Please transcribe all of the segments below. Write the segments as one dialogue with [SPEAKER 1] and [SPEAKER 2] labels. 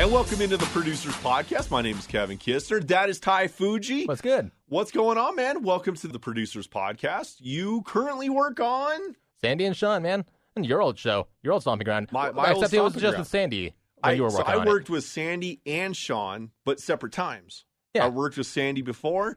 [SPEAKER 1] And welcome into the Producers Podcast. My name is Kevin Kistner. That is Ty Fuji.
[SPEAKER 2] What's good?
[SPEAKER 1] What's going on, man? Welcome to the Producers Podcast. You currently work on
[SPEAKER 2] Sandy and Sean, man. And your old show, your old stomping ground.
[SPEAKER 1] My- my old
[SPEAKER 2] Except it was
[SPEAKER 1] stomping
[SPEAKER 2] just
[SPEAKER 1] ground.
[SPEAKER 2] with Sandy when
[SPEAKER 1] I,
[SPEAKER 2] you were
[SPEAKER 1] so
[SPEAKER 2] working
[SPEAKER 1] I
[SPEAKER 2] on
[SPEAKER 1] worked with Sandy and Sean, but separate times.
[SPEAKER 2] Yeah.
[SPEAKER 1] I worked with Sandy before,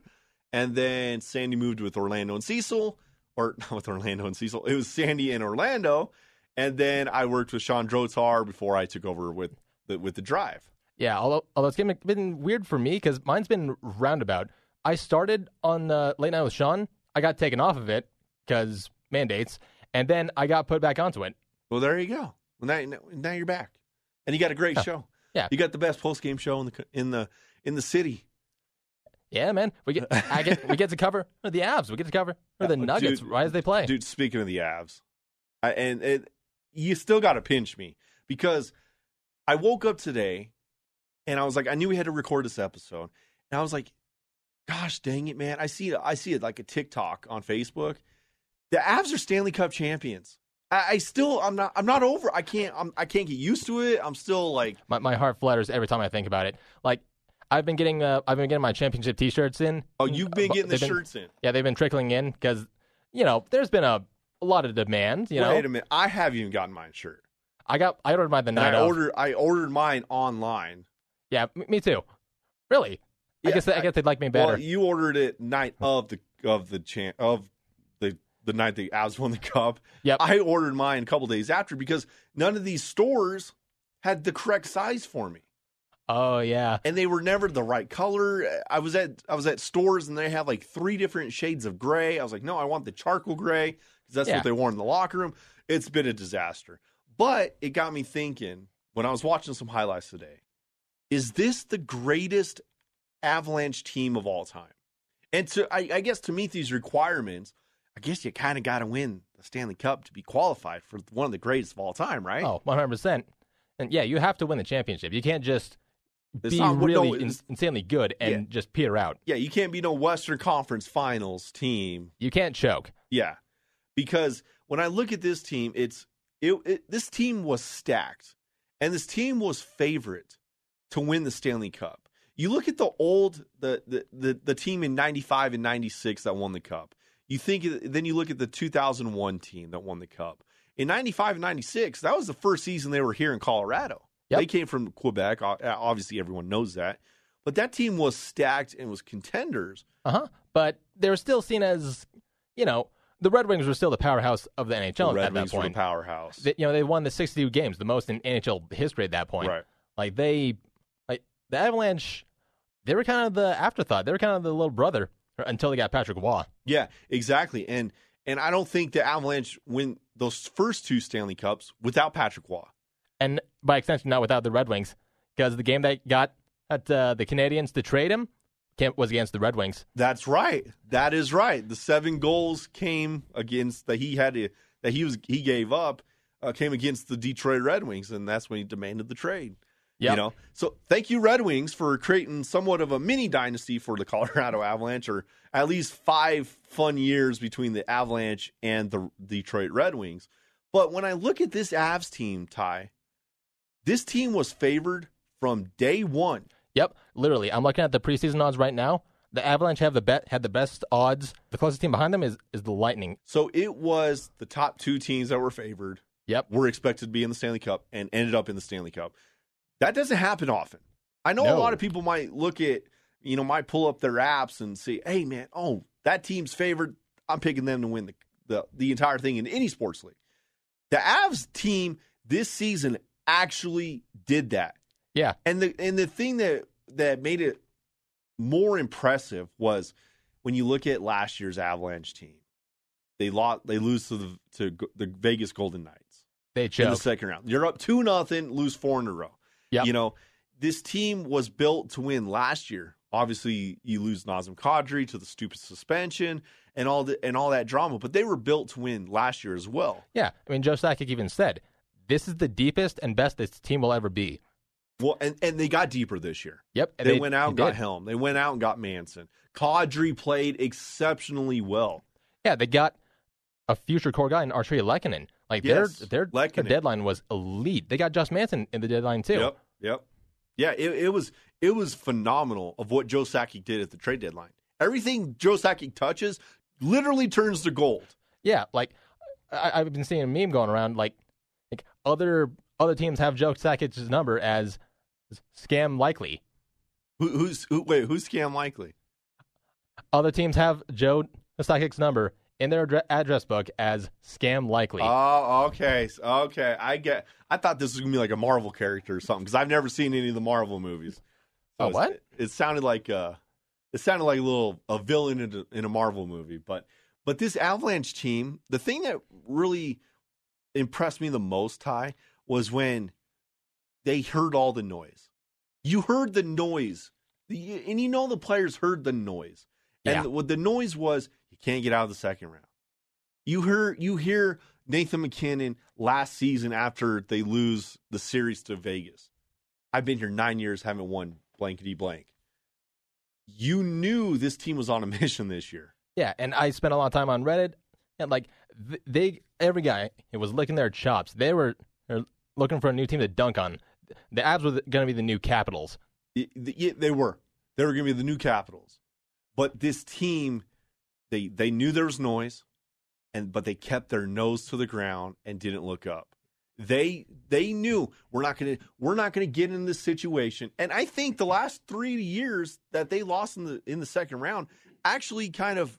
[SPEAKER 1] and then Sandy moved with Orlando and Cecil, or not with Orlando and Cecil. It was Sandy and Orlando, and then I worked with Sean Drotar before I took over with the, with the drive.
[SPEAKER 2] it. Yeah, although, although it's been, been weird for me because mine's been roundabout. I started on uh, Late Night with Sean. I got taken off of it because mandates, and then I got put back onto it.
[SPEAKER 1] Well, there you go. Well, now, now you're back, and you got a great show.
[SPEAKER 2] Yeah.
[SPEAKER 1] you got the best post game show in the co- in the in the city.
[SPEAKER 2] Yeah, man. We get, I get, we get to cover the abs. We get to cover or the
[SPEAKER 1] Yeah,
[SPEAKER 2] Nuggets
[SPEAKER 1] dude,
[SPEAKER 2] right as they play.
[SPEAKER 1] Dude, speaking of the Avs, I, and it, you still got to pinch me because I woke up today and I was like, I knew we had to record this episode, and I was like, gosh, dang it, man! I see, I see it like a TikTok on Facebook. The Avs are Stanley Cup champions. I, I still, I'm not, I'm not over. I can't, I'm, I can't get used to it. I'm still like,
[SPEAKER 2] My, my heart flutters every time I think about it. Like I've been getting, uh, I've been getting my championship T-shirts in.
[SPEAKER 1] oh, you've been
[SPEAKER 2] Bu-
[SPEAKER 1] getting the
[SPEAKER 2] they've been-
[SPEAKER 1] shirts in.
[SPEAKER 2] Yeah, they've been trickling in because you know there's been a, a lot of demand. You know,
[SPEAKER 1] Wait a minute, I haven't even gotten mine shirt.
[SPEAKER 2] I got I ordered mine the
[SPEAKER 1] And
[SPEAKER 2] night
[SPEAKER 1] I
[SPEAKER 2] of.
[SPEAKER 1] ordered, I ordered mine online.
[SPEAKER 2] yeah, m- me too. Really?
[SPEAKER 1] Yeah,
[SPEAKER 2] I guess they- I,
[SPEAKER 1] I-
[SPEAKER 2] guess they'd like me better.
[SPEAKER 1] Well, you ordered it night of the of the chan- of the the night the Avs won the cup.
[SPEAKER 2] Yep.
[SPEAKER 1] I ordered mine a couple days after because none of these stores had the correct size for me,
[SPEAKER 2] oh yeah,
[SPEAKER 1] and they were never the right color. I was at I was at stores and they had like three different shades of gray. I was like, no, I want the charcoal gray because that's
[SPEAKER 2] Yeah.
[SPEAKER 1] what they wore in the locker room. It's been a disaster, but it got me thinking when I was watching some highlights today. Is this the greatest Avalanche team of all time. And to I, I guess to meet these requirements, I guess you kind of got to win the Stanley Cup to be qualified for one of the greatest of all time, right?
[SPEAKER 2] oh 100 percent. And yeah, you have to win the championship. You can't just
[SPEAKER 1] It's
[SPEAKER 2] be
[SPEAKER 1] not- no,
[SPEAKER 2] really in,
[SPEAKER 1] it's-
[SPEAKER 2] insanely good and
[SPEAKER 1] Yeah.
[SPEAKER 2] just peter out.
[SPEAKER 1] Yeah, you can't be no Western Conference Finals team.
[SPEAKER 2] You can't choke.
[SPEAKER 1] Yeah, because when I look at this team, it's it, it this team was stacked, and this team was favorite to win the Stanley Cup. You look at the old the the the, the team in '95 and '96 that won the cup. You think then you look at the 2001 team that won the cup in '95 and '96. That was the first season they were here in Colorado.
[SPEAKER 2] Yep.
[SPEAKER 1] They came from Quebec. O- Obviously, everyone knows that. But that team was stacked and was contenders.
[SPEAKER 2] Uh huh. But they were still seen as, you know, the Red Wings were still the powerhouse of the NHL
[SPEAKER 1] the
[SPEAKER 2] at
[SPEAKER 1] Red
[SPEAKER 2] that
[SPEAKER 1] Wings were
[SPEAKER 2] point.
[SPEAKER 1] the powerhouse.
[SPEAKER 2] They- you know, they won the 62 games, the most in NHL history at that point.
[SPEAKER 1] Right.
[SPEAKER 2] Like they, like the Avalanche, they were kind of the afterthought. They were kind of the little brother until they got Patrick Waugh.
[SPEAKER 1] Yeah, exactly. And and I don't think the Avalanche win those first two Stanley Cups without Patrick Waugh.
[SPEAKER 2] and by extension, not without the Red Wings, because the game they got at uh, the Canadians to trade him came, was against the Red Wings.
[SPEAKER 1] That's right. That is right. The seven goals came against that he had to, that he was he gave up uh, came against the Detroit Red Wings, and that's when he demanded the trade. You
[SPEAKER 2] Yep.
[SPEAKER 1] know, so thank you Red Wings for creating somewhat of a mini dynasty for the Colorado Avalanche, or at least five fun years between the Avalanche and the Detroit Red Wings. But when I look at this Avs team, Ty, this team was favored from day one.
[SPEAKER 2] Yep, literally. I'm looking at the preseason odds right now. The Avalanche have the bet had the best odds. The closest team behind them is is the Lightning.
[SPEAKER 1] So it was the top two teams that were favored,
[SPEAKER 2] Yep.
[SPEAKER 1] were expected to be in the Stanley Cup, and ended up in the Stanley Cup. That doesn't happen often. I know a
[SPEAKER 2] No.
[SPEAKER 1] lot of people might look at, you know, might pull up their apps and see, hey, man, oh, that team's favored. I'm picking them to win the, the, the entire thing in any sports league. The Avs team this season actually did that.
[SPEAKER 2] Yeah.
[SPEAKER 1] And the and the thing that that made it more impressive was when you look at last year's Avalanche team. They lost. They lose to the to go- the Vegas Golden Knights
[SPEAKER 2] They
[SPEAKER 1] in the
[SPEAKER 2] choke.
[SPEAKER 1] second round. You're up two nothing. Lose four in a row.
[SPEAKER 2] Yep.
[SPEAKER 1] You know this team was built to win last year. Obviously, you lose Nazem Kadri to the stupid suspension and all the, and all that drama, but they were built to win last year as well.
[SPEAKER 2] yeah, I mean Joe Sakic even said, "This is the deepest and best this team will ever be."
[SPEAKER 1] Well, and, and they got deeper this year.
[SPEAKER 2] Yep. and
[SPEAKER 1] they, went out
[SPEAKER 2] they
[SPEAKER 1] and got
[SPEAKER 2] did.
[SPEAKER 1] Helm. They went out and got Manson. Kadri played exceptionally well.
[SPEAKER 2] Yeah, they got a future core guy in Archery Lekkonen. Like
[SPEAKER 1] Yes,
[SPEAKER 2] their their,
[SPEAKER 1] Lehkonen.
[SPEAKER 2] deadline was elite. They got Josh Manson in the deadline too.
[SPEAKER 1] Yep. Yep. Yeah, it, it was it was phenomenal of what Joe Sakic did at the trade deadline. Everything Joe Sakic touches literally turns to gold.
[SPEAKER 2] Yeah, like I, I've been seeing a meme going around like like other other teams have Joe Sakic's number as scam likely.
[SPEAKER 1] Who, who's who, wait? Who's scam likely?
[SPEAKER 2] Other teams have Joe Sakic's number in their addre- address book as scam likely.
[SPEAKER 1] Oh, okay, S- okay. I get. I thought this was gonna be like a Marvel character or something because I've never seen any of the Marvel movies.
[SPEAKER 2] Oh,
[SPEAKER 1] it's-
[SPEAKER 2] what?
[SPEAKER 1] It, sounded like uh it sounded like a little a villain in a, in a Marvel movie, but but this Avalanche team, the thing that really impressed me the most, Ty, was when they heard all the noise. You heard the noise, The- and you know the players heard the noise.
[SPEAKER 2] Yeah.
[SPEAKER 1] And what the noise was, you can't get out of the second round. You hear you hear Nathan McKinnon last season after they lose the series to Vegas. I've been here nine years, haven't won blankety blank. You knew this team was on a mission this year.
[SPEAKER 2] Yeah, and I spent a lot of time on Reddit, and like th- they, every guy it was licking their chops. They were, were looking for a new team to dunk on. The Abs were going to be the new Capitals.
[SPEAKER 1] Y- th- yeah, they were. They were going to be the new Capitals. But this team, they they knew there was noise, and but they kept their nose to the ground and didn't look up. They they knew we're not going to we're not going to get in this situation. And I think the last three years that they lost in the in the second round actually kind of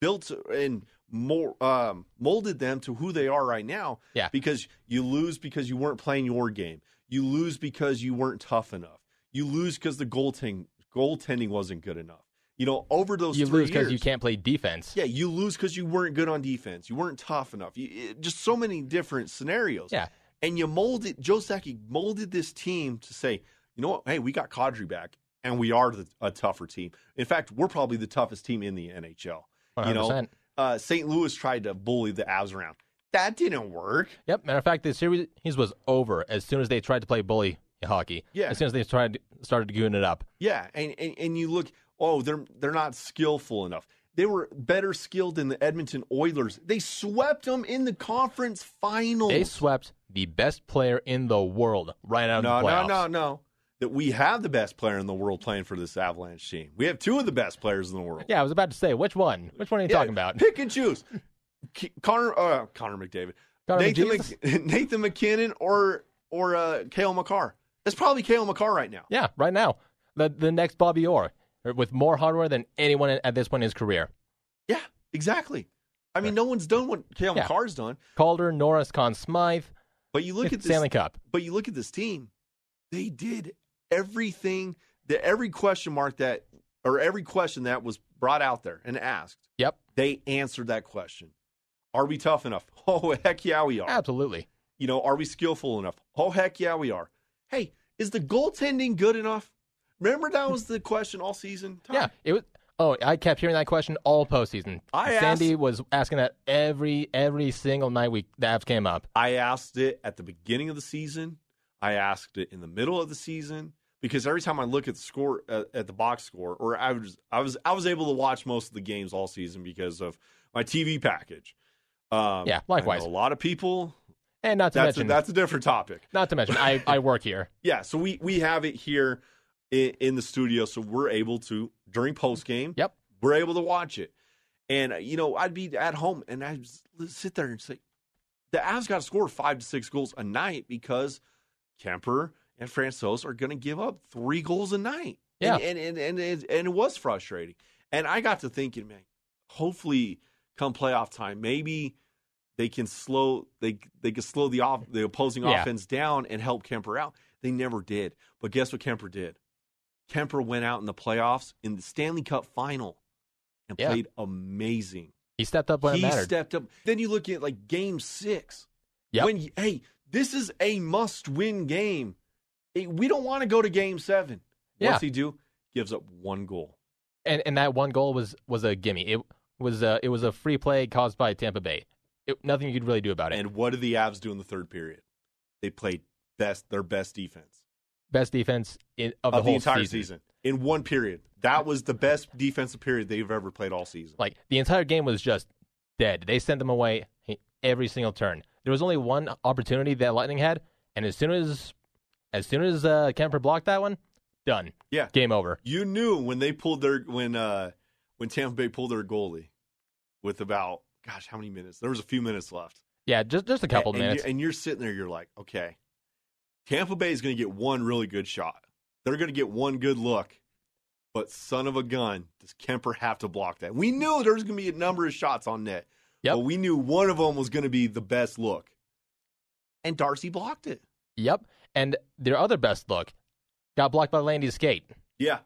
[SPEAKER 1] built and more um, molded them to who they are right now.
[SPEAKER 2] Yeah.
[SPEAKER 1] Because you lose because you weren't playing your game. You lose because you weren't tough enough. You lose because the goaltending goaltending wasn't good enough. You know, over those
[SPEAKER 2] You
[SPEAKER 1] three
[SPEAKER 2] lose because
[SPEAKER 1] years,
[SPEAKER 2] you can't play defense.
[SPEAKER 1] yeah, you lose because you weren't good on defense. You weren't tough enough. You, it, just so many different scenarios.
[SPEAKER 2] Yeah.
[SPEAKER 1] And you molded, Joe Sakic molded this team to say, you know what? Hey, we got Kadri back and we are the, a tougher team. In fact, we're probably the toughest team in the NHL. You know,
[SPEAKER 2] 100%.
[SPEAKER 1] uh, St. Louis tried to bully the Avs around. That didn't work.
[SPEAKER 2] Yep. Matter of fact, the series was over as soon as they tried to play bully hockey.
[SPEAKER 1] Yeah.
[SPEAKER 2] As soon as they tried started goon it up.
[SPEAKER 1] Yeah, and, and and you look, oh, they're they're not skillful enough. They were better skilled than the Edmonton Oilers. They swept them in the conference finals.
[SPEAKER 2] They swept the best player in the world right out of
[SPEAKER 1] no,
[SPEAKER 2] the playoffs.
[SPEAKER 1] no, no, no. That we have the best player in the world playing for this Avalanche team. We have two of the best players in the world.
[SPEAKER 2] Yeah, I was about to say which one. Which one are you
[SPEAKER 1] Yeah,
[SPEAKER 2] talking about?
[SPEAKER 1] Pick and choose. K- Connor, uh, Connor McDavid,
[SPEAKER 2] Connor
[SPEAKER 1] Nathan,
[SPEAKER 2] McJesus?
[SPEAKER 1] Mc- Nathan McKinnon, or or uh, Kale McCarr. That's probably Kale McCarr right now.
[SPEAKER 2] Yeah, right now. The the next Bobby Orr uh, with more hardware than anyone at this point in his career.
[SPEAKER 1] Yeah, exactly. I mean, no one's done what Kale
[SPEAKER 2] Yeah.
[SPEAKER 1] McCarr's done.
[SPEAKER 2] Calder, Norris, Conn Smythe,
[SPEAKER 1] But you look at this
[SPEAKER 2] Stanley Cup.
[SPEAKER 1] But you look at this team, they did everything that every question mark that or every question that was brought out there and asked,
[SPEAKER 2] Yep,
[SPEAKER 1] they answered that question. Are we tough enough? Oh heck yeah we are.
[SPEAKER 2] absolutely.
[SPEAKER 1] You know, are we skillful enough? Oh heck yeah we are. Hey, is the goaltending good enough? Remember that was the question all season? Ty?
[SPEAKER 2] Yeah, it was. Oh, I kept hearing that question all postseason.
[SPEAKER 1] I
[SPEAKER 2] Sandy was asking that every every single night we the abs came up.
[SPEAKER 1] I asked it at the beginning of the season. I asked it in the middle of the season because every time I look at the score uh, at the box score, or I was I was I was able to watch most of the games all season because of my TV package. Um,
[SPEAKER 2] Yeah,
[SPEAKER 1] I
[SPEAKER 2] likewise.
[SPEAKER 1] know a lot of people.
[SPEAKER 2] And not to
[SPEAKER 1] That's a,
[SPEAKER 2] mention,
[SPEAKER 1] that's a different topic.
[SPEAKER 2] not to mention, I, I work here.
[SPEAKER 1] Yeah, so we we have it here in, in the studio, so we're able to during post game.
[SPEAKER 2] Yep.
[SPEAKER 1] we're able to watch it, and uh, you know I'd be at home and I would sit there and say, the Avs got to score five to six goals a night because Kemper and Francois are going to give up three goals a night.
[SPEAKER 2] Yeah.
[SPEAKER 1] and and and and, and it was frustrating, and I got to thinking, man, hopefully come playoff time, maybe. They can slow they they can slow the off the opposing
[SPEAKER 2] Yeah.
[SPEAKER 1] offense down and help Kemper out. They never did. But guess what Kemper did? Kemper went out in the playoffs in the Stanley Cup final and
[SPEAKER 2] Yeah.
[SPEAKER 1] played amazing.
[SPEAKER 2] He stepped up when
[SPEAKER 1] he
[SPEAKER 2] it mattered.
[SPEAKER 1] stepped up. Then you look at like game six.
[SPEAKER 2] Yep.
[SPEAKER 1] When you- hey, this is a must win game. Hey, we don't want to go to game seven.
[SPEAKER 2] Yeah.
[SPEAKER 1] What's he do? Gives up one goal.
[SPEAKER 2] and and that one goal was was a gimme. It was a it was a free play caused by Tampa Bay. It, nothing you could really do about it.
[SPEAKER 1] And what did the Avs do in the third period? They played best their best defense.
[SPEAKER 2] Best defense in, of,
[SPEAKER 1] of the,
[SPEAKER 2] whole
[SPEAKER 1] entire season. in one period. That was the best defensive period they've ever played all season.
[SPEAKER 2] Like the entire game was just dead. They sent them away every single turn. There was only one opportunity that Lightning had, and as soon as As soon as uh, Kemper blocked that one, done.
[SPEAKER 1] Yeah.
[SPEAKER 2] Game over.
[SPEAKER 1] You knew when they pulled their when uh when Tampa Bay pulled their goalie with about gosh how many minutes? There was a few minutes left.
[SPEAKER 2] Yeah, just just a couple
[SPEAKER 1] and,
[SPEAKER 2] minutes.
[SPEAKER 1] You, and you're sitting there, you're like, okay, Tampa Bay is going to get one really good shot. They're going to get one good look. But son of a gun, does Kemper have to block that? We knew there was going to be a number of shots on net.
[SPEAKER 2] Yep.
[SPEAKER 1] But we knew one of them was going to be the best look. And Darcy blocked it.
[SPEAKER 2] Yep. And their other best look got blocked by Landy's skate.
[SPEAKER 1] Yeah.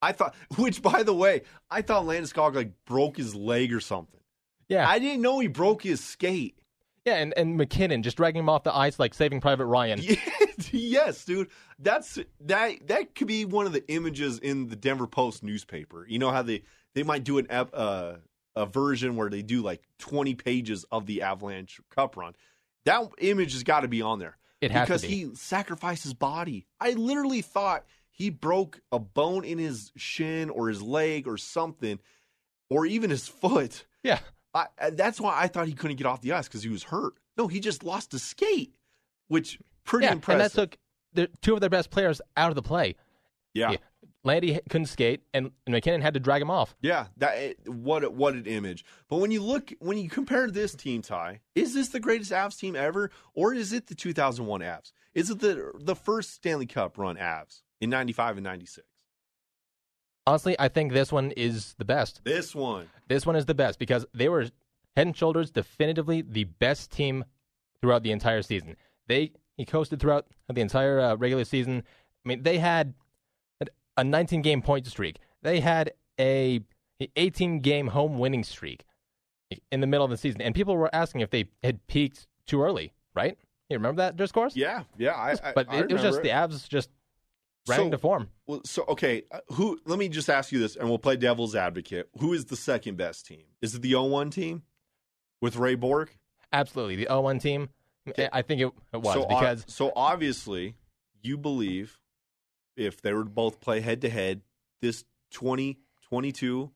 [SPEAKER 1] I thought, which by the way, I thought Landeskog like broke his leg or something.
[SPEAKER 2] Yeah.
[SPEAKER 1] I didn't know he broke his skate.
[SPEAKER 2] yeah, and, and McKinnon just dragging him off the ice like saving Private Ryan.
[SPEAKER 1] yes, dude. That's that. That could be one of the images in the Denver Post newspaper. You know how they they might do an ep- uh, a version where they do like twenty pages of the Avalanche Cup run. That image has got to be on there.
[SPEAKER 2] It has to
[SPEAKER 1] because
[SPEAKER 2] be.
[SPEAKER 1] he sacrificed his body. I literally thought he broke a bone in his shin or his leg or something, or even his foot.
[SPEAKER 2] Yeah.
[SPEAKER 1] I, I- that's why I thought he couldn't get off the ice because he was hurt. No, he just lost a skate, which pretty
[SPEAKER 2] yeah.
[SPEAKER 1] impressive.
[SPEAKER 2] And that took the, two of their best players out of the play.
[SPEAKER 1] yeah.
[SPEAKER 2] yeah.
[SPEAKER 1] yeah,
[SPEAKER 2] Landy h- couldn't skate, and, and McKinnon had to drag him off.
[SPEAKER 1] That it- what a- what an image. But when you look, when you compare this team, Ty, is this the greatest Avs team ever, or is it the 2001 Avs? Is it the the first Stanley Cup run Avs in '95 and '96?
[SPEAKER 2] Honestly, I think this one is the best.
[SPEAKER 1] This one,
[SPEAKER 2] This one is the best because they were head and shoulders definitively the best team throughout the entire season. They he coasted throughout the entire uh, regular season. I mean, they had a 19 game point streak. They had a 18 game home winning streak in the middle of the season, and people were asking if they had peaked too early. Right? You remember that their scores?
[SPEAKER 1] yeah, yeah. I, I,
[SPEAKER 2] But
[SPEAKER 1] I
[SPEAKER 2] it, it was just
[SPEAKER 1] remember
[SPEAKER 2] the Avs just ran
[SPEAKER 1] So-
[SPEAKER 2] into form.
[SPEAKER 1] Well, so okay, uh, who? Let me just ask you this, and we'll play devil's advocate. Who is the second best team? Is it the 01 team with Ray Bork?
[SPEAKER 2] Absolutely, the 0-1 team. I think it, it was
[SPEAKER 1] so, ob-
[SPEAKER 2] because
[SPEAKER 1] so obviously you believe if they were to both play head to head, this 20, 22,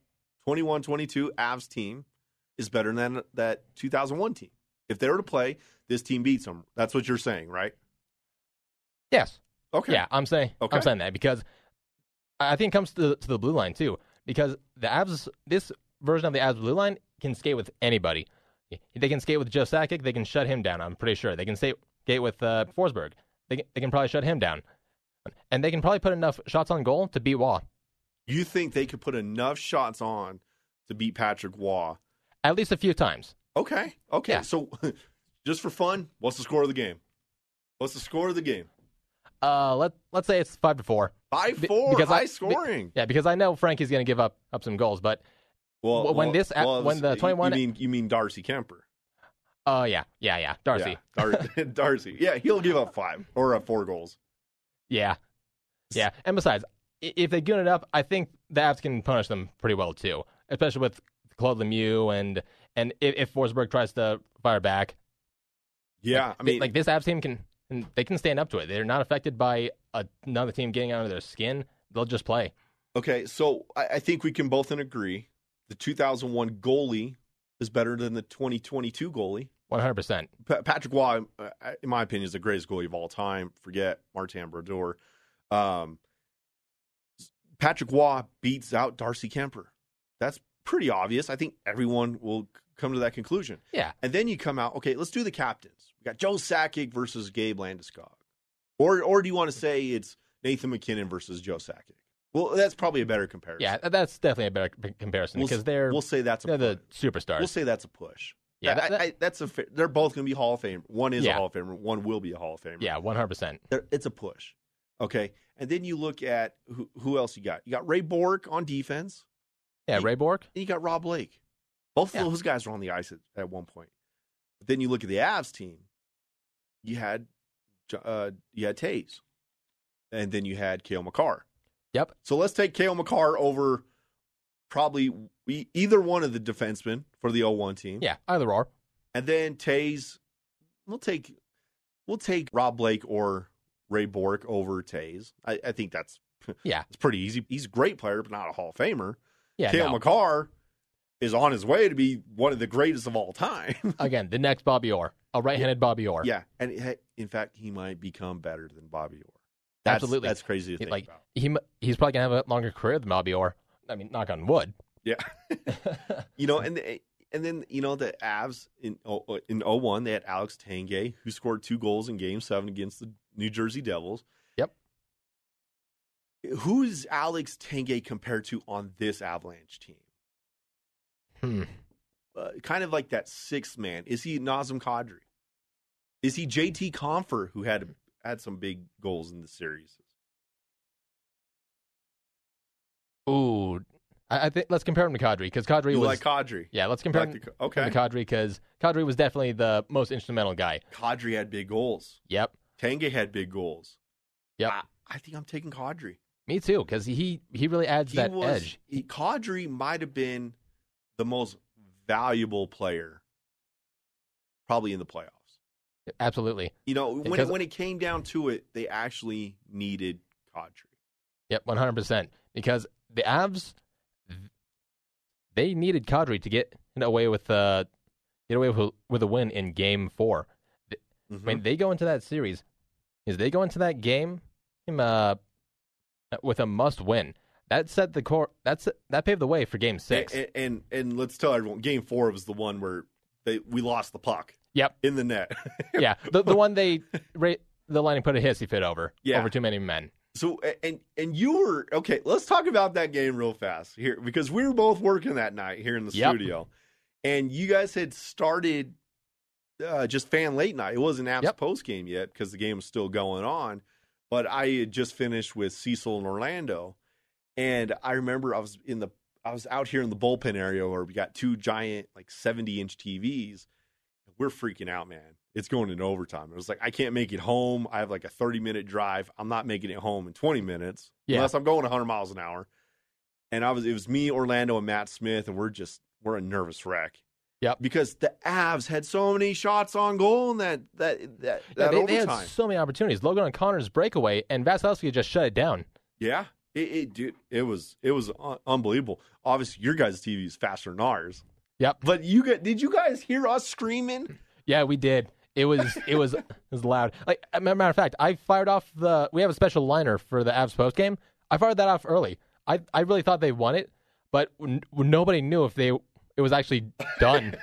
[SPEAKER 1] 21, 22 Avs team is better than that 2001 team. If they were to play, this team beats them. That's what you're saying, right?
[SPEAKER 2] yes,
[SPEAKER 1] Okay.
[SPEAKER 2] Yeah, I'm saying
[SPEAKER 1] Okay.
[SPEAKER 2] I'm saying that because I I think it comes to the, to the blue line too because the Avs this version of the Avs blue line can skate with anybody. They can skate with Joe Sakic. They can shut him down. I'm pretty sure they can skate, skate with uh, Forsberg. They can, they can probably shut him down, and they can probably put enough shots on goal to beat Waugh.
[SPEAKER 1] You think they could put enough shots on to beat Patrick Waugh
[SPEAKER 2] at least a few times.
[SPEAKER 1] Okay. Okay.
[SPEAKER 2] Yeah.
[SPEAKER 1] So just for fun, what's the score of the game? What's the score of the game?
[SPEAKER 2] Uh, let let's say it's five to four.
[SPEAKER 1] Five
[SPEAKER 2] Be-
[SPEAKER 1] four,
[SPEAKER 2] because I-
[SPEAKER 1] high
[SPEAKER 2] be-
[SPEAKER 1] scoring.
[SPEAKER 2] Yeah, because I know Frankie's going to give up up some goals, but
[SPEAKER 1] well,
[SPEAKER 2] when this- when the
[SPEAKER 1] you-
[SPEAKER 2] 21
[SPEAKER 1] You mean you mean Darcy Kemper?
[SPEAKER 2] oh yeah, yeah, yeah, Darcy,
[SPEAKER 1] Yeah, Dar- Darcy. Yeah, he'll give up five or uh, four goals.
[SPEAKER 2] Yeah. Yeah. And besides, i- if they goon it up, I think the Avs can punish them pretty well too, especially with Claude Lemieux and and if, if Forsberg tries to fire back.
[SPEAKER 1] Yeah,
[SPEAKER 2] like,
[SPEAKER 1] I
[SPEAKER 2] they-
[SPEAKER 1] mean,
[SPEAKER 2] like this Avs team can and they can stand up to it. They're not affected by a- another team getting under their skin. They'll just play.
[SPEAKER 1] okay. So I, I think we can both in agree the 2001 goalie is better than the 2022 goalie.
[SPEAKER 2] 100%.
[SPEAKER 1] Pa- Patrick Waugh, uh, in my opinion, is the greatest goalie of all time. Forget Martin Brodeur. Um, Patrick Waugh beats out Darcy Kemper. That's pretty obvious. I think everyone will c- come to that conclusion.
[SPEAKER 2] Yeah.
[SPEAKER 1] And then you come out, okay, let's do the captains. We got Joe Sakic versus Gabe Landeskog. Or or do you want to say it's Nathan McKinnon versus Joe Sakic? Well, that's probably a better comparison.
[SPEAKER 2] Yeah, th- that's definitely a better c- comparison
[SPEAKER 1] We'll s-
[SPEAKER 2] because they're
[SPEAKER 1] We'll say that's a
[SPEAKER 2] they're the
[SPEAKER 1] We'll
[SPEAKER 2] superstars.
[SPEAKER 1] say that's a push.
[SPEAKER 2] Yeah,
[SPEAKER 1] Yeah,
[SPEAKER 2] that- that-
[SPEAKER 1] I, I, that's a. Fair, they're both going to be Hall of Fame. One is
[SPEAKER 2] Yeah.
[SPEAKER 1] a Hall of Famer. One will be a Hall of Famer.
[SPEAKER 2] yeah, 100%.
[SPEAKER 1] They're- it's a push. Okay, and then you look at who, who else you got. You got Ray Bork on defense,
[SPEAKER 2] Yeah,
[SPEAKER 1] He-
[SPEAKER 2] Ray Bork?
[SPEAKER 1] and you got Rob Blake. Both
[SPEAKER 2] Yeah.
[SPEAKER 1] of those guys were on the ice at, at one point. But then you look at the Avs team. You had, Jo- uh, you had Taves, and then you had Kale McCarr.
[SPEAKER 2] Yep.
[SPEAKER 1] So let's take Kale McCarr over probably e- either one of the defensemen for the 01 team.
[SPEAKER 2] Yeah, either or.
[SPEAKER 1] And then Tays, we'll take we'll take Rob Blake or Ray Bork over Tays. I, I think that's
[SPEAKER 2] Yeah.
[SPEAKER 1] it's pretty easy. He's a great player, but not a Hall of Famer.
[SPEAKER 2] Yeah,
[SPEAKER 1] Kale
[SPEAKER 2] no.
[SPEAKER 1] McCarr is on his way to be one of the greatest of all time.
[SPEAKER 2] Again, the next Bobby Orr, a right-handed Bobby Orr.
[SPEAKER 1] yeah, and it- in fact, he might become better than Bobby Orr. That's,
[SPEAKER 2] Absolutely.
[SPEAKER 1] That's crazy to
[SPEAKER 2] He-
[SPEAKER 1] think
[SPEAKER 2] like
[SPEAKER 1] about.
[SPEAKER 2] he mu- he's probably gonna have a longer career than Bobby Orr. I mean, knock on wood.
[SPEAKER 1] Yeah. You know, and they- and then you know the Avs in oh- in 01, they had Alex Tanguay who scored two goals in Game Seven against the New Jersey Devils.
[SPEAKER 2] Yep.
[SPEAKER 1] Who is Alex Tanguay compared to on this Avalanche team?
[SPEAKER 2] Hmm.
[SPEAKER 1] Uh, kind of like that sixth man. Is he Nazem Kadri? Is he JT Confer who had had some big goals in the series?
[SPEAKER 2] Ooh, I, I think let's compare him to Kadri because Kadri
[SPEAKER 1] You
[SPEAKER 2] was
[SPEAKER 1] like Kadri?
[SPEAKER 2] yeah. Let's compare
[SPEAKER 1] Like
[SPEAKER 2] him
[SPEAKER 1] the-
[SPEAKER 2] him
[SPEAKER 1] okay.
[SPEAKER 2] to Kadri because Kadri was definitely the most instrumental guy.
[SPEAKER 1] Kadri had big goals.
[SPEAKER 2] Yep,
[SPEAKER 1] Tanguay had big goals.
[SPEAKER 2] Yep.
[SPEAKER 1] I, I think I'm taking Kadri.
[SPEAKER 2] me too because he he really adds
[SPEAKER 1] He
[SPEAKER 2] that
[SPEAKER 1] was
[SPEAKER 2] edge.
[SPEAKER 1] He, Kadri might have been the most valuable player probably in the playoffs.
[SPEAKER 2] Absolutely.
[SPEAKER 1] You know, when
[SPEAKER 2] Because-
[SPEAKER 1] it, when it came down to it, they actually needed Kadri.
[SPEAKER 2] Yep, one hundred percent. Because the Avs, they needed Kadri to get away with uh, get away with, with a win in Game Four.
[SPEAKER 1] Mhm.
[SPEAKER 2] When they go into that series, is they go into that game um, uh, with a must win. That set the core. That's that paved the way for Game Six.
[SPEAKER 1] And, and and let's tell everyone, game 4 was the one where they we lost the puck
[SPEAKER 2] yep.
[SPEAKER 1] in the net.
[SPEAKER 2] Yeah. The the one they ra- the lining put a hissy fit over.
[SPEAKER 1] Yeah.
[SPEAKER 2] Over too many men.
[SPEAKER 1] So and and you were okay. Let's talk about that game real fast here because we were both working that night here in the
[SPEAKER 2] Yep.
[SPEAKER 1] studio, and you guys had started uh, just fan late night. It wasn't Abs
[SPEAKER 2] Yep.
[SPEAKER 1] post game yet because the game was still going on, but I had just finished with Cecil and Orlando, and I remember I was in the I was out here in the bullpen area where we got two giant like seventy inch TVs. We're freaking out, man. It's going in overtime. It was like I can't make it home. I have like a thirty minute drive. I'm not making it home in twenty minutes
[SPEAKER 2] Yeah.
[SPEAKER 1] unless I'm going hundred miles an hour. And I was it was me, Orlando, and Matt Smith, and we're just we're a nervous wreck because the Avs had so many shots on goal in that that that,
[SPEAKER 2] Yeah,
[SPEAKER 1] that
[SPEAKER 2] they, they
[SPEAKER 1] overtime.
[SPEAKER 2] had so many opportunities. Logan and Connor's breakaway and Vasilevsky just shut it down.
[SPEAKER 1] yeah, it, it dude, it was it was un- unbelievable. Obviously, your guys' TV is faster than ours.
[SPEAKER 2] Yep.
[SPEAKER 1] But you got did you guys hear us screaming?
[SPEAKER 2] Yeah, we did. It was it was it was loud. Like a ma- matter of fact, I fired off the. We have a special liner for the Avs post game. I fired that off early. I I really thought they won it, but n- nobody knew if they it was actually done.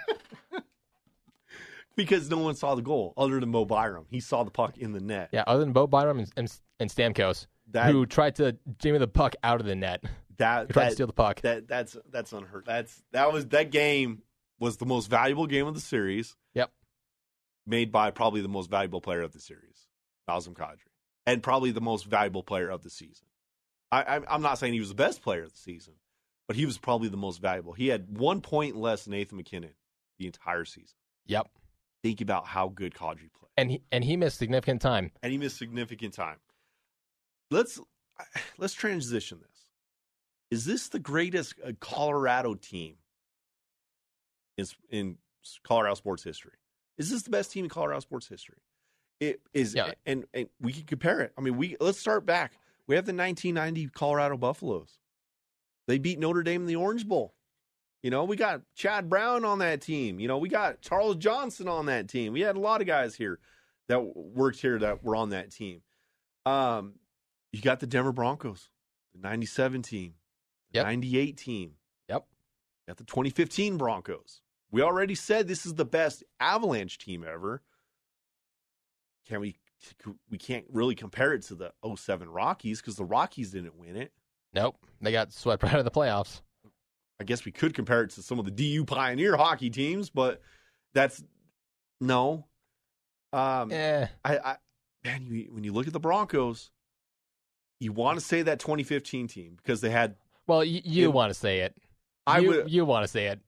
[SPEAKER 1] Because no one saw the goal other than Mo Byram. He saw the puck in the net.
[SPEAKER 2] yeah, other than Bo Byram and and, and Stamkos,
[SPEAKER 1] That-
[SPEAKER 2] who tried to jimmy the puck out of the net,
[SPEAKER 1] That
[SPEAKER 2] who tried to
[SPEAKER 1] that,
[SPEAKER 2] steal the puck.
[SPEAKER 1] that that's that's unheard. That's that was that game was the most valuable game of the series.
[SPEAKER 2] Yep.
[SPEAKER 1] Made by probably the most valuable player of the series, Nazem Kadri, and probably the most valuable player of the season. I, I'm- I'm not saying he was the best player of the season, but he was probably the most valuable. He had one point less than Nathan McKinnon the entire season.
[SPEAKER 2] yep,
[SPEAKER 1] Think about how good Kadri played
[SPEAKER 2] and he and he missed significant time.
[SPEAKER 1] and he missed significant time. Let's let's transition this. Is this the greatest uh, Colorado team in in Colorado sports history? Is this the best team in Colorado sports history? It is,
[SPEAKER 2] Yeah.
[SPEAKER 1] and and we can compare it. I mean, we let's start back. We have the 1990 Colorado Buffaloes. They beat Notre Dame in the Orange Bowl. You know, we got Chad Brown on that team. You know, we got Charles Johnson on that team. We had a lot of guys here that w- worked here that were on that team. Um, you got the Denver Broncos, the 97 team, the
[SPEAKER 2] Yep.
[SPEAKER 1] 98 team.
[SPEAKER 2] Yep.
[SPEAKER 1] You got the 2015 Broncos. We already said this is the best Avalanche team ever. Can we? We can't really compare it to the 07 Rockies because the Rockies didn't win it.
[SPEAKER 2] Nope, they got swept right out of the playoffs.
[SPEAKER 1] I guess we could compare it to some of the DU Pioneer hockey teams, but that's no. Um,
[SPEAKER 2] Eh,
[SPEAKER 1] I, I man, you, when you look at the Broncos, you want to say that 2015 team because they had.
[SPEAKER 2] well, y- you
[SPEAKER 1] It-
[SPEAKER 2] want to say it.
[SPEAKER 1] I
[SPEAKER 2] you,
[SPEAKER 1] would,
[SPEAKER 2] you want to say it.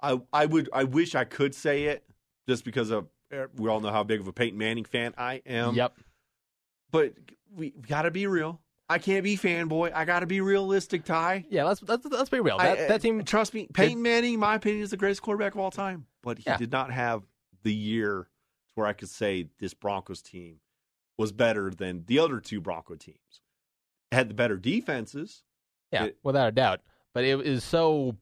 [SPEAKER 1] I, I would, I wish I could say it just because of eh, we all know how big of a Peyton Manning fan I am.
[SPEAKER 2] yep.
[SPEAKER 1] But we got to be real. I can't be fanboy. I got to be realistic, Ty.
[SPEAKER 2] Yeah, let's let's, let's be real. That,
[SPEAKER 1] I- uh,
[SPEAKER 2] that team,
[SPEAKER 1] Trust me, Peyton Manning, in my opinion, is the greatest quarterback of all time. But he
[SPEAKER 2] Yeah.
[SPEAKER 1] did not have the year to where I could say this Broncos team was better than the other two Bronco teams. Had the better defenses.
[SPEAKER 2] yeah,
[SPEAKER 1] it-
[SPEAKER 2] without a doubt. But it is so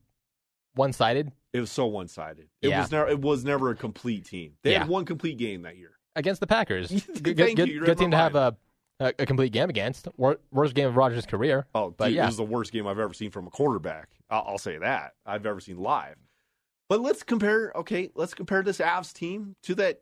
[SPEAKER 2] one sided
[SPEAKER 1] It was so one sided. It
[SPEAKER 2] Yeah.
[SPEAKER 1] was never it was never a complete team. They
[SPEAKER 2] Yeah.
[SPEAKER 1] had one complete game that year.
[SPEAKER 2] against the Packers.
[SPEAKER 1] Thank you.
[SPEAKER 2] good,
[SPEAKER 1] You read
[SPEAKER 2] good
[SPEAKER 1] my
[SPEAKER 2] team to have a a, a complete game against. Wor- worst game of Rogers' career.
[SPEAKER 1] Oh,
[SPEAKER 2] But
[SPEAKER 1] dude,
[SPEAKER 2] yeah.
[SPEAKER 1] this is the worst game I've ever seen from a quarterback. I'll, I'll say that I've ever seen live. But let's compare. Okay, let's compare this Avs team to that.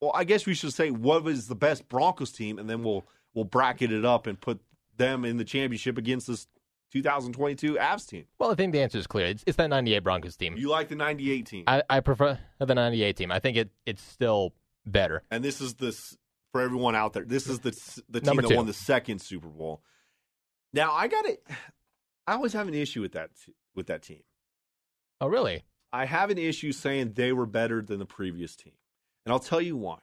[SPEAKER 1] Well, I guess we should say what was the best Broncos team, and then we'll we'll bracket it up and put them in the championship against this 2022 Avs team.
[SPEAKER 2] Well, I think the answer is clear. It's, it's that 98 Broncos team.
[SPEAKER 1] You like the '98 team,
[SPEAKER 2] Mm. I, I prefer the 98 team. I think it it's still better.
[SPEAKER 1] and this is this for everyone out there. This is the s- the team
[SPEAKER 2] Number
[SPEAKER 1] that
[SPEAKER 2] two.
[SPEAKER 1] won the second Super Bowl. Now I got it. I always have an issue with that with that team.
[SPEAKER 2] Oh, really?
[SPEAKER 1] I have an issue saying they were better than the previous team. And I'll tell you why.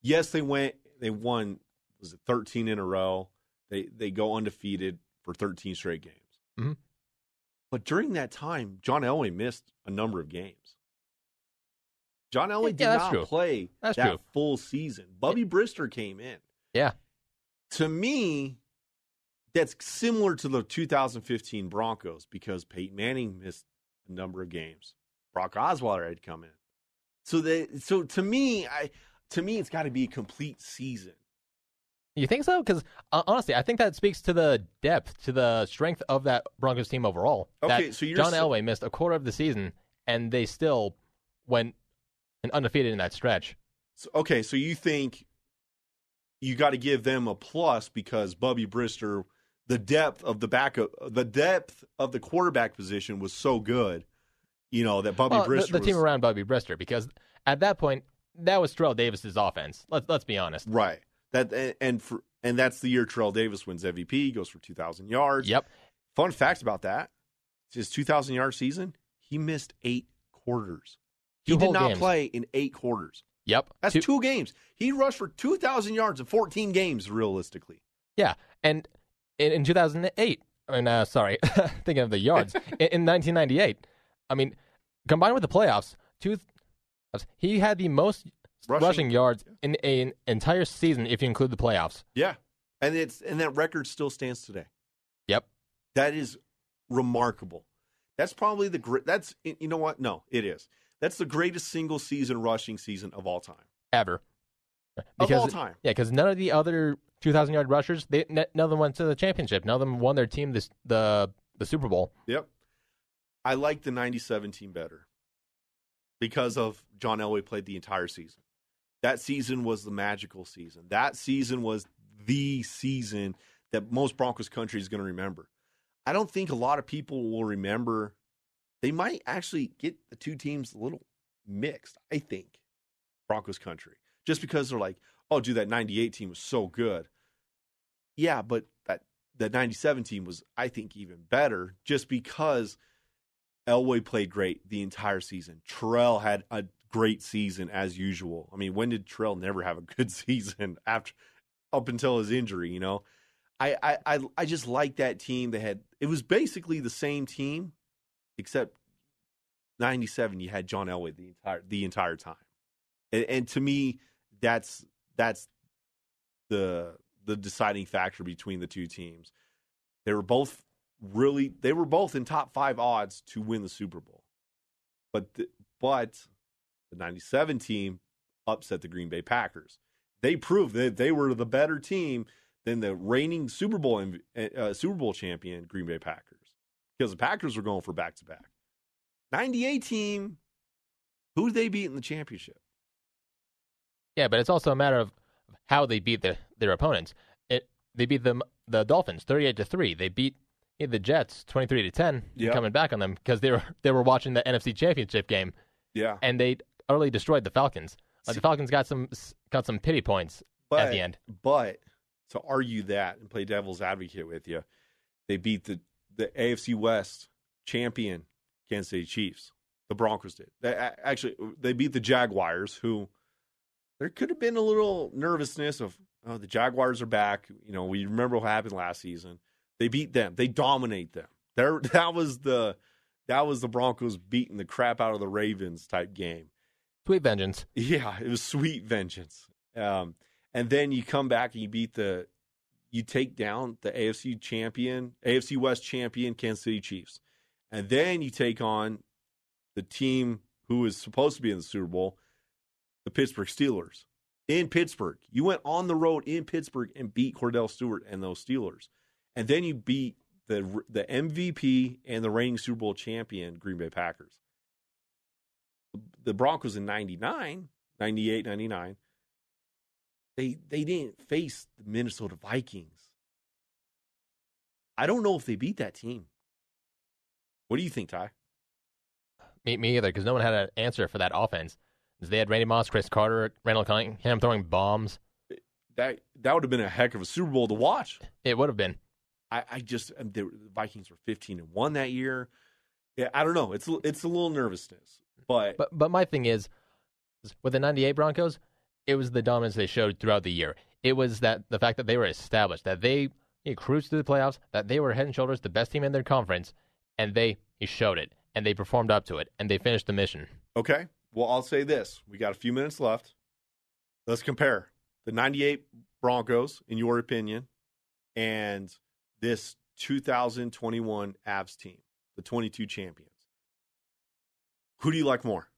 [SPEAKER 1] Yes, they went they won was it 13 in a row. They they go undefeated for 13 straight games.
[SPEAKER 2] Mhm.
[SPEAKER 1] But during that time, John Elway missed a number of games. John Elway
[SPEAKER 2] Yeah,
[SPEAKER 1] did
[SPEAKER 2] that's
[SPEAKER 1] not
[SPEAKER 2] true.
[SPEAKER 1] play
[SPEAKER 2] That's
[SPEAKER 1] that
[SPEAKER 2] true.
[SPEAKER 1] full season. Bubby Brister came in.
[SPEAKER 2] Yeah.
[SPEAKER 1] To me, that's similar to the 2015 Broncos because Peyton Manning missed a number of games. Brock Osweiler had come in. So they so to me, I to me it's got to be a complete season.
[SPEAKER 2] You think so? Because uh, honestly, I think that speaks to the depth, to the strength of that Broncos team overall.
[SPEAKER 1] Okay,
[SPEAKER 2] That
[SPEAKER 1] so you're
[SPEAKER 2] John
[SPEAKER 1] s-
[SPEAKER 2] Elway missed a quarter of the season, and they still went and undefeated in that stretch.
[SPEAKER 1] So, okay, so you think you got to give them a plus because Bubby Brister, the depth of the backup, the depth of the quarterback position was so good, you know that Bubby
[SPEAKER 2] Well, the,
[SPEAKER 1] Brister
[SPEAKER 2] the team
[SPEAKER 1] was,
[SPEAKER 2] around Bobby Brister, because at that point, that was Terrell Davis's offense. Let's let's be honest.
[SPEAKER 1] right that and, and for and that's the year Terrell Davis wins MVP, goes for two thousand yards.
[SPEAKER 2] Yep.
[SPEAKER 1] Fun fact about that: his two thousand yard season, he missed eight quarters. He
[SPEAKER 2] Two
[SPEAKER 1] did
[SPEAKER 2] whole
[SPEAKER 1] not
[SPEAKER 2] games.
[SPEAKER 1] play in eight quarters.
[SPEAKER 2] Yep.
[SPEAKER 1] That's
[SPEAKER 2] Two-
[SPEAKER 1] two, games. He rushed for 2,000 yards in 14 games, realistically.
[SPEAKER 2] Yeah, and in, in 2008, I mean, uh, sorry, thinking of the yards in, in 1998. I mean, combined with the playoffs, two, he had the most rushing,
[SPEAKER 1] Rushing-
[SPEAKER 2] yards in an entire season if you include the playoffs.
[SPEAKER 1] Yeah. And it's and that record still stands today.
[SPEAKER 2] Yep.
[SPEAKER 1] That is remarkable. That's probably the great that's you know what? No, it is. That's the greatest single season rushing season of all time.
[SPEAKER 2] ever.
[SPEAKER 1] all time.
[SPEAKER 2] Yeah, because none of the other 2,000 yard rushers, they, n- none of them went to the championship. None of them won their team this the the Super Bowl.
[SPEAKER 1] Yep. I like the 97 team better because of John Elway played the entire season. That season was the magical season. That season was the season that most Broncos country is going to remember. I don't think a lot of people will remember. They might actually get the two teams a little mixed, I think, Broncos country, just because they're like, oh, dude, that 98 team was so good. Yeah, but that the 97 team was, I think, even better just because Elway played great the entire season. Terrell had a great season as usual. I mean, when did Terrell never have a good season after up until his injury, you know? I I I, I just like that team. They had it was basically the same team except 97 you had John Elway the entire the entire time. And, and to me that's that's the the deciding factor between the two teams. They were both really they were both in top five odds to win the Super Bowl, but the, but the '97 team upset the Green Bay Packers. They proved that they were the better team than the reigning Super Bowl M- uh, Super Bowl champion Green Bay Packers because the Packers were going for back to back. '98 team, who did they beat in the championship?
[SPEAKER 2] Yeah, but it's also a matter of how they beat their, their opponents. It, they beat them the Dolphins 38 to 3. They beat the Jets 23 to 10
[SPEAKER 1] Yeah.
[SPEAKER 2] coming back on them because they were they were watching the NFC Championship game
[SPEAKER 1] Yeah,
[SPEAKER 2] and they utterly destroyed the Falcons. Uh, the Falcons got some got some pity points
[SPEAKER 1] but
[SPEAKER 2] at the end.
[SPEAKER 1] But to argue that and play devil's advocate with you, they beat the, the AFC West champion Kansas City Chiefs. The Broncos did. They, a- actually, they beat the Jaguars, who there could have been a little nervousness of, oh, the Jaguars are back. You know, we remember what happened last season. They beat them. They dominate them. There, that was the that was the Broncos beating the crap out of the Ravens type game.
[SPEAKER 2] Sweet vengeance.
[SPEAKER 1] Yeah, it was sweet vengeance. Um, and then you come back and you beat the, you take down the AFC champion, AFC West champion, Kansas City Chiefs, and then you take on the team who is supposed to be in the Super Bowl, the Pittsburgh Steelers. in Pittsburgh. You went on the road in Pittsburgh and beat Cordell Stewart and those Steelers, and then you beat the the MVP and the reigning Super Bowl champion Green Bay Packers. The Broncos in 99, 98, 99, they they didn't face the Minnesota Vikings. I don't know if they beat that team. What do you think, Ty?
[SPEAKER 2] Me, me either, because no one had an answer for that offense. They had Randy Moss, Chris Carter, Randall Cunningham throwing bombs.
[SPEAKER 1] That that would have been a heck of a Super Bowl to watch.
[SPEAKER 2] It would have been.
[SPEAKER 1] I, I just um, the Vikings were fifteen and one that year. Yeah, I don't know. It's it's a little nervousness, but,
[SPEAKER 2] But but my thing is, is with the '98 Broncos, it was the dominance they showed throughout the year. It was that the fact that they were established, that they you know, cruised through the playoffs, that they were head and shoulders the best team in their conference, and they you showed it, and they performed up to it, and they finished the mission.
[SPEAKER 1] okay. Well, I'll say this: we got a few minutes left. Let's compare the '98 Broncos, in your opinion, and this 2021 Avs team, the 22 champions. Who do you like more?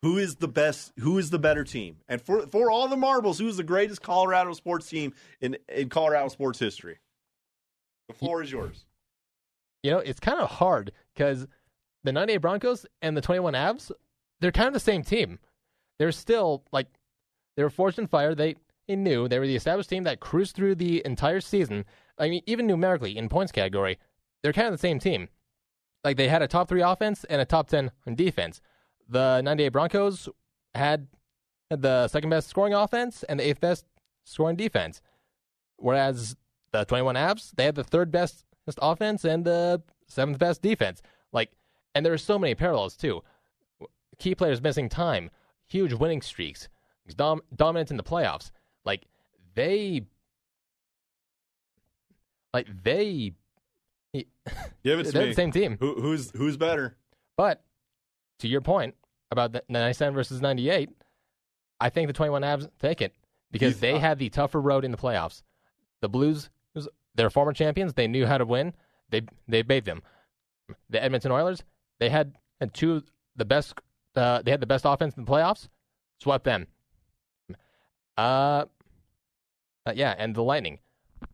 [SPEAKER 1] Who is the best? Who is the better team? And for for all the marbles, who is the greatest Colorado sports team in in Colorado sports history? The floor is yours.
[SPEAKER 2] You know, it's kind of hard because the '98 Broncos and the 21 Avs, they're kind of the same team. They're still like they were forged in fire. They they knew they were the established team that cruised through the entire season. I mean, even numerically in points category, they're kind of the same team. Like they had a top three offense and a top ten on defense. The '98 Broncos had the second best scoring offense and the eighth best scoring defense, whereas the 21 Avs they had the third best offense and the seventh best defense. Like, and there are so many parallels too. Key players missing time, huge winning streaks, dom- dominance in the playoffs. Like they, like they,
[SPEAKER 1] Give it
[SPEAKER 2] they're
[SPEAKER 1] to
[SPEAKER 2] the
[SPEAKER 1] me.
[SPEAKER 2] same team.
[SPEAKER 1] Who, who's who's better?
[SPEAKER 2] But to your point about the 97 versus 98, I think the 21 Abs take it because
[SPEAKER 1] You
[SPEAKER 2] they
[SPEAKER 1] thought-
[SPEAKER 2] had the tougher road in the playoffs. The Blues, they're former champions. They knew how to win. They they bathed them. The Edmonton Oilers, they had, had two of the best. Uh, they had the best offense in the playoffs. Swept them. Uh, uh, yeah, and the Lightning,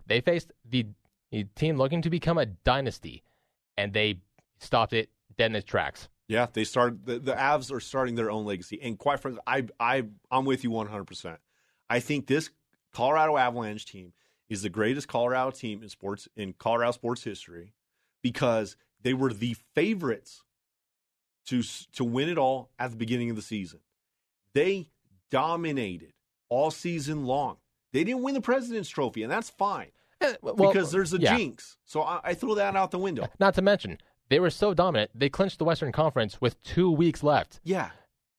[SPEAKER 2] they faced the, the team looking to become a dynasty, and they stopped it dead in its tracks.
[SPEAKER 1] Yeah, they started the, the Avs are starting their own legacy. And quite frankly, I I I'm with you 100%. I think this Colorado Avalanche team is the greatest Colorado team in sports in Colorado sports history because they were the favorites to s- to win it all at the beginning of the season. They dominated all season long. They didn't win the President's Trophy, and that's fine
[SPEAKER 2] Eh, well,
[SPEAKER 1] because there's a
[SPEAKER 2] yeah.
[SPEAKER 1] jinx. So I, I throw that out the window.
[SPEAKER 2] Not to mention, they were so dominant, they clinched the Western Conference with two weeks left.
[SPEAKER 1] Yeah,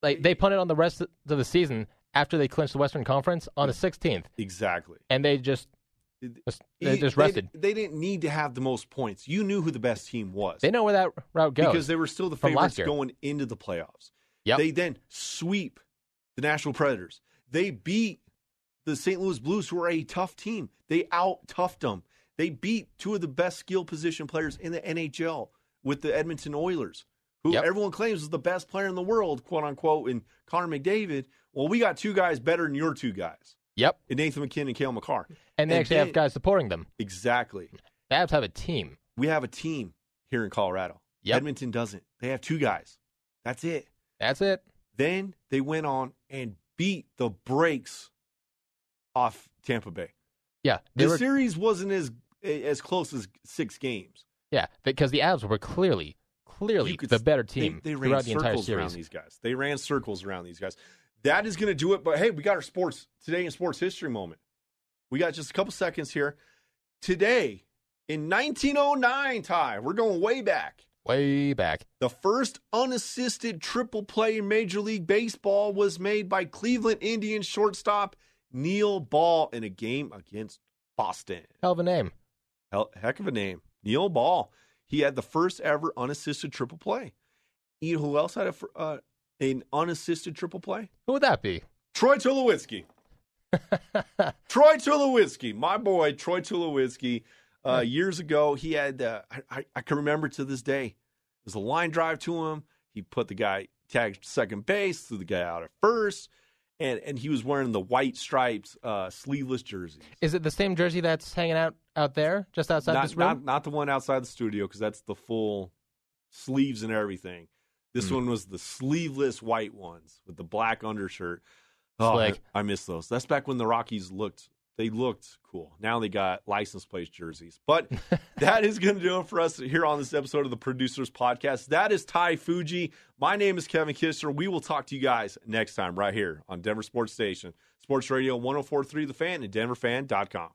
[SPEAKER 2] Like they punted on the rest of the season after they clinched the Western Conference on the 16th,
[SPEAKER 1] exactly.
[SPEAKER 2] and they just just- they
[SPEAKER 1] He-
[SPEAKER 2] just rested.
[SPEAKER 1] They, didn't need to have the most points. You knew who the best team was
[SPEAKER 2] They, know where that route goes.
[SPEAKER 1] because they were still the
[SPEAKER 2] From last
[SPEAKER 1] favorites
[SPEAKER 2] year.
[SPEAKER 1] going into the playoffs.
[SPEAKER 2] Yep.
[SPEAKER 1] They then sweep the National Predators. They beat the St. Louis Blues, who are a tough team. They out toughed them. They beat two of the best skill position players in the NHL with the Edmonton Oilers, who
[SPEAKER 2] Yep.
[SPEAKER 1] everyone claims is the best player in the world, quote unquote, and Connor McDavid. Well, we got two guys better than your two guys,
[SPEAKER 2] yep,
[SPEAKER 1] and Nathan McKinnon and Kale McCarr.
[SPEAKER 2] and
[SPEAKER 1] and
[SPEAKER 2] they actually
[SPEAKER 1] then-
[SPEAKER 2] have guys supporting them.
[SPEAKER 1] Exactly.
[SPEAKER 2] The Abs have a team.
[SPEAKER 1] we have a team here in Colorado.
[SPEAKER 2] Yep.
[SPEAKER 1] Edmonton doesn't. They have two guys. That's it.
[SPEAKER 2] That's it.
[SPEAKER 1] Then they went on and beat the brakes off Tampa Bay.
[SPEAKER 2] Yeah, they
[SPEAKER 1] The
[SPEAKER 2] were.
[SPEAKER 1] series wasn't as as close as six games.
[SPEAKER 2] yeah, because the Abs were clearly, clearly
[SPEAKER 1] You could-
[SPEAKER 2] the better
[SPEAKER 1] they-
[SPEAKER 2] team
[SPEAKER 1] They, ran
[SPEAKER 2] throughout the entire
[SPEAKER 1] circles around
[SPEAKER 2] series.
[SPEAKER 1] these guys. They ran circles around these guys. That is going to do it. But hey, we got our sports today in sports history moment. We got just a couple seconds here. Today in 1909, Ty, we're going way back.
[SPEAKER 2] Way back.
[SPEAKER 1] The first unassisted triple play in Major League Baseball was made by Cleveland Indians shortstop Neil Ball in a game against Boston.
[SPEAKER 2] Hell of a name.
[SPEAKER 1] Hell, heck of a name. Neil Ball. He had the first ever unassisted triple play. You know who else had a, fir- uh, an unassisted triple play?
[SPEAKER 2] Who would that be?
[SPEAKER 1] Troy Tulowitzki. Troy Tulowitzki, my boy, Troy Tulowitzki. Uh, years ago, he had, uh, I, I, I can remember to this day, there's a line drive to him. He put the guy, tagged second base, threw the guy out at first. and and he was wearing the white stripes uh, sleeveless jersey.
[SPEAKER 2] Is it the same jersey that's hanging out out there, just outside
[SPEAKER 1] Not,
[SPEAKER 2] this room?
[SPEAKER 1] not not the one outside the studio because that's the full sleeves and everything. This
[SPEAKER 2] Hmm.
[SPEAKER 1] one was the sleeveless white ones with the black undershirt. Oh,
[SPEAKER 2] Slick.
[SPEAKER 1] I, I miss those. That's back when the Rockies looked they looked cool. Now they got license plate jerseys. But that is going to do it for us here on this episode of the Producers Podcast. That is Ty Fuji. My name is Kevin Kistner. We will talk to you guys oh next time right here on Denver Sports Station, Sports Radio 1043 The Fan and DenverFan.com.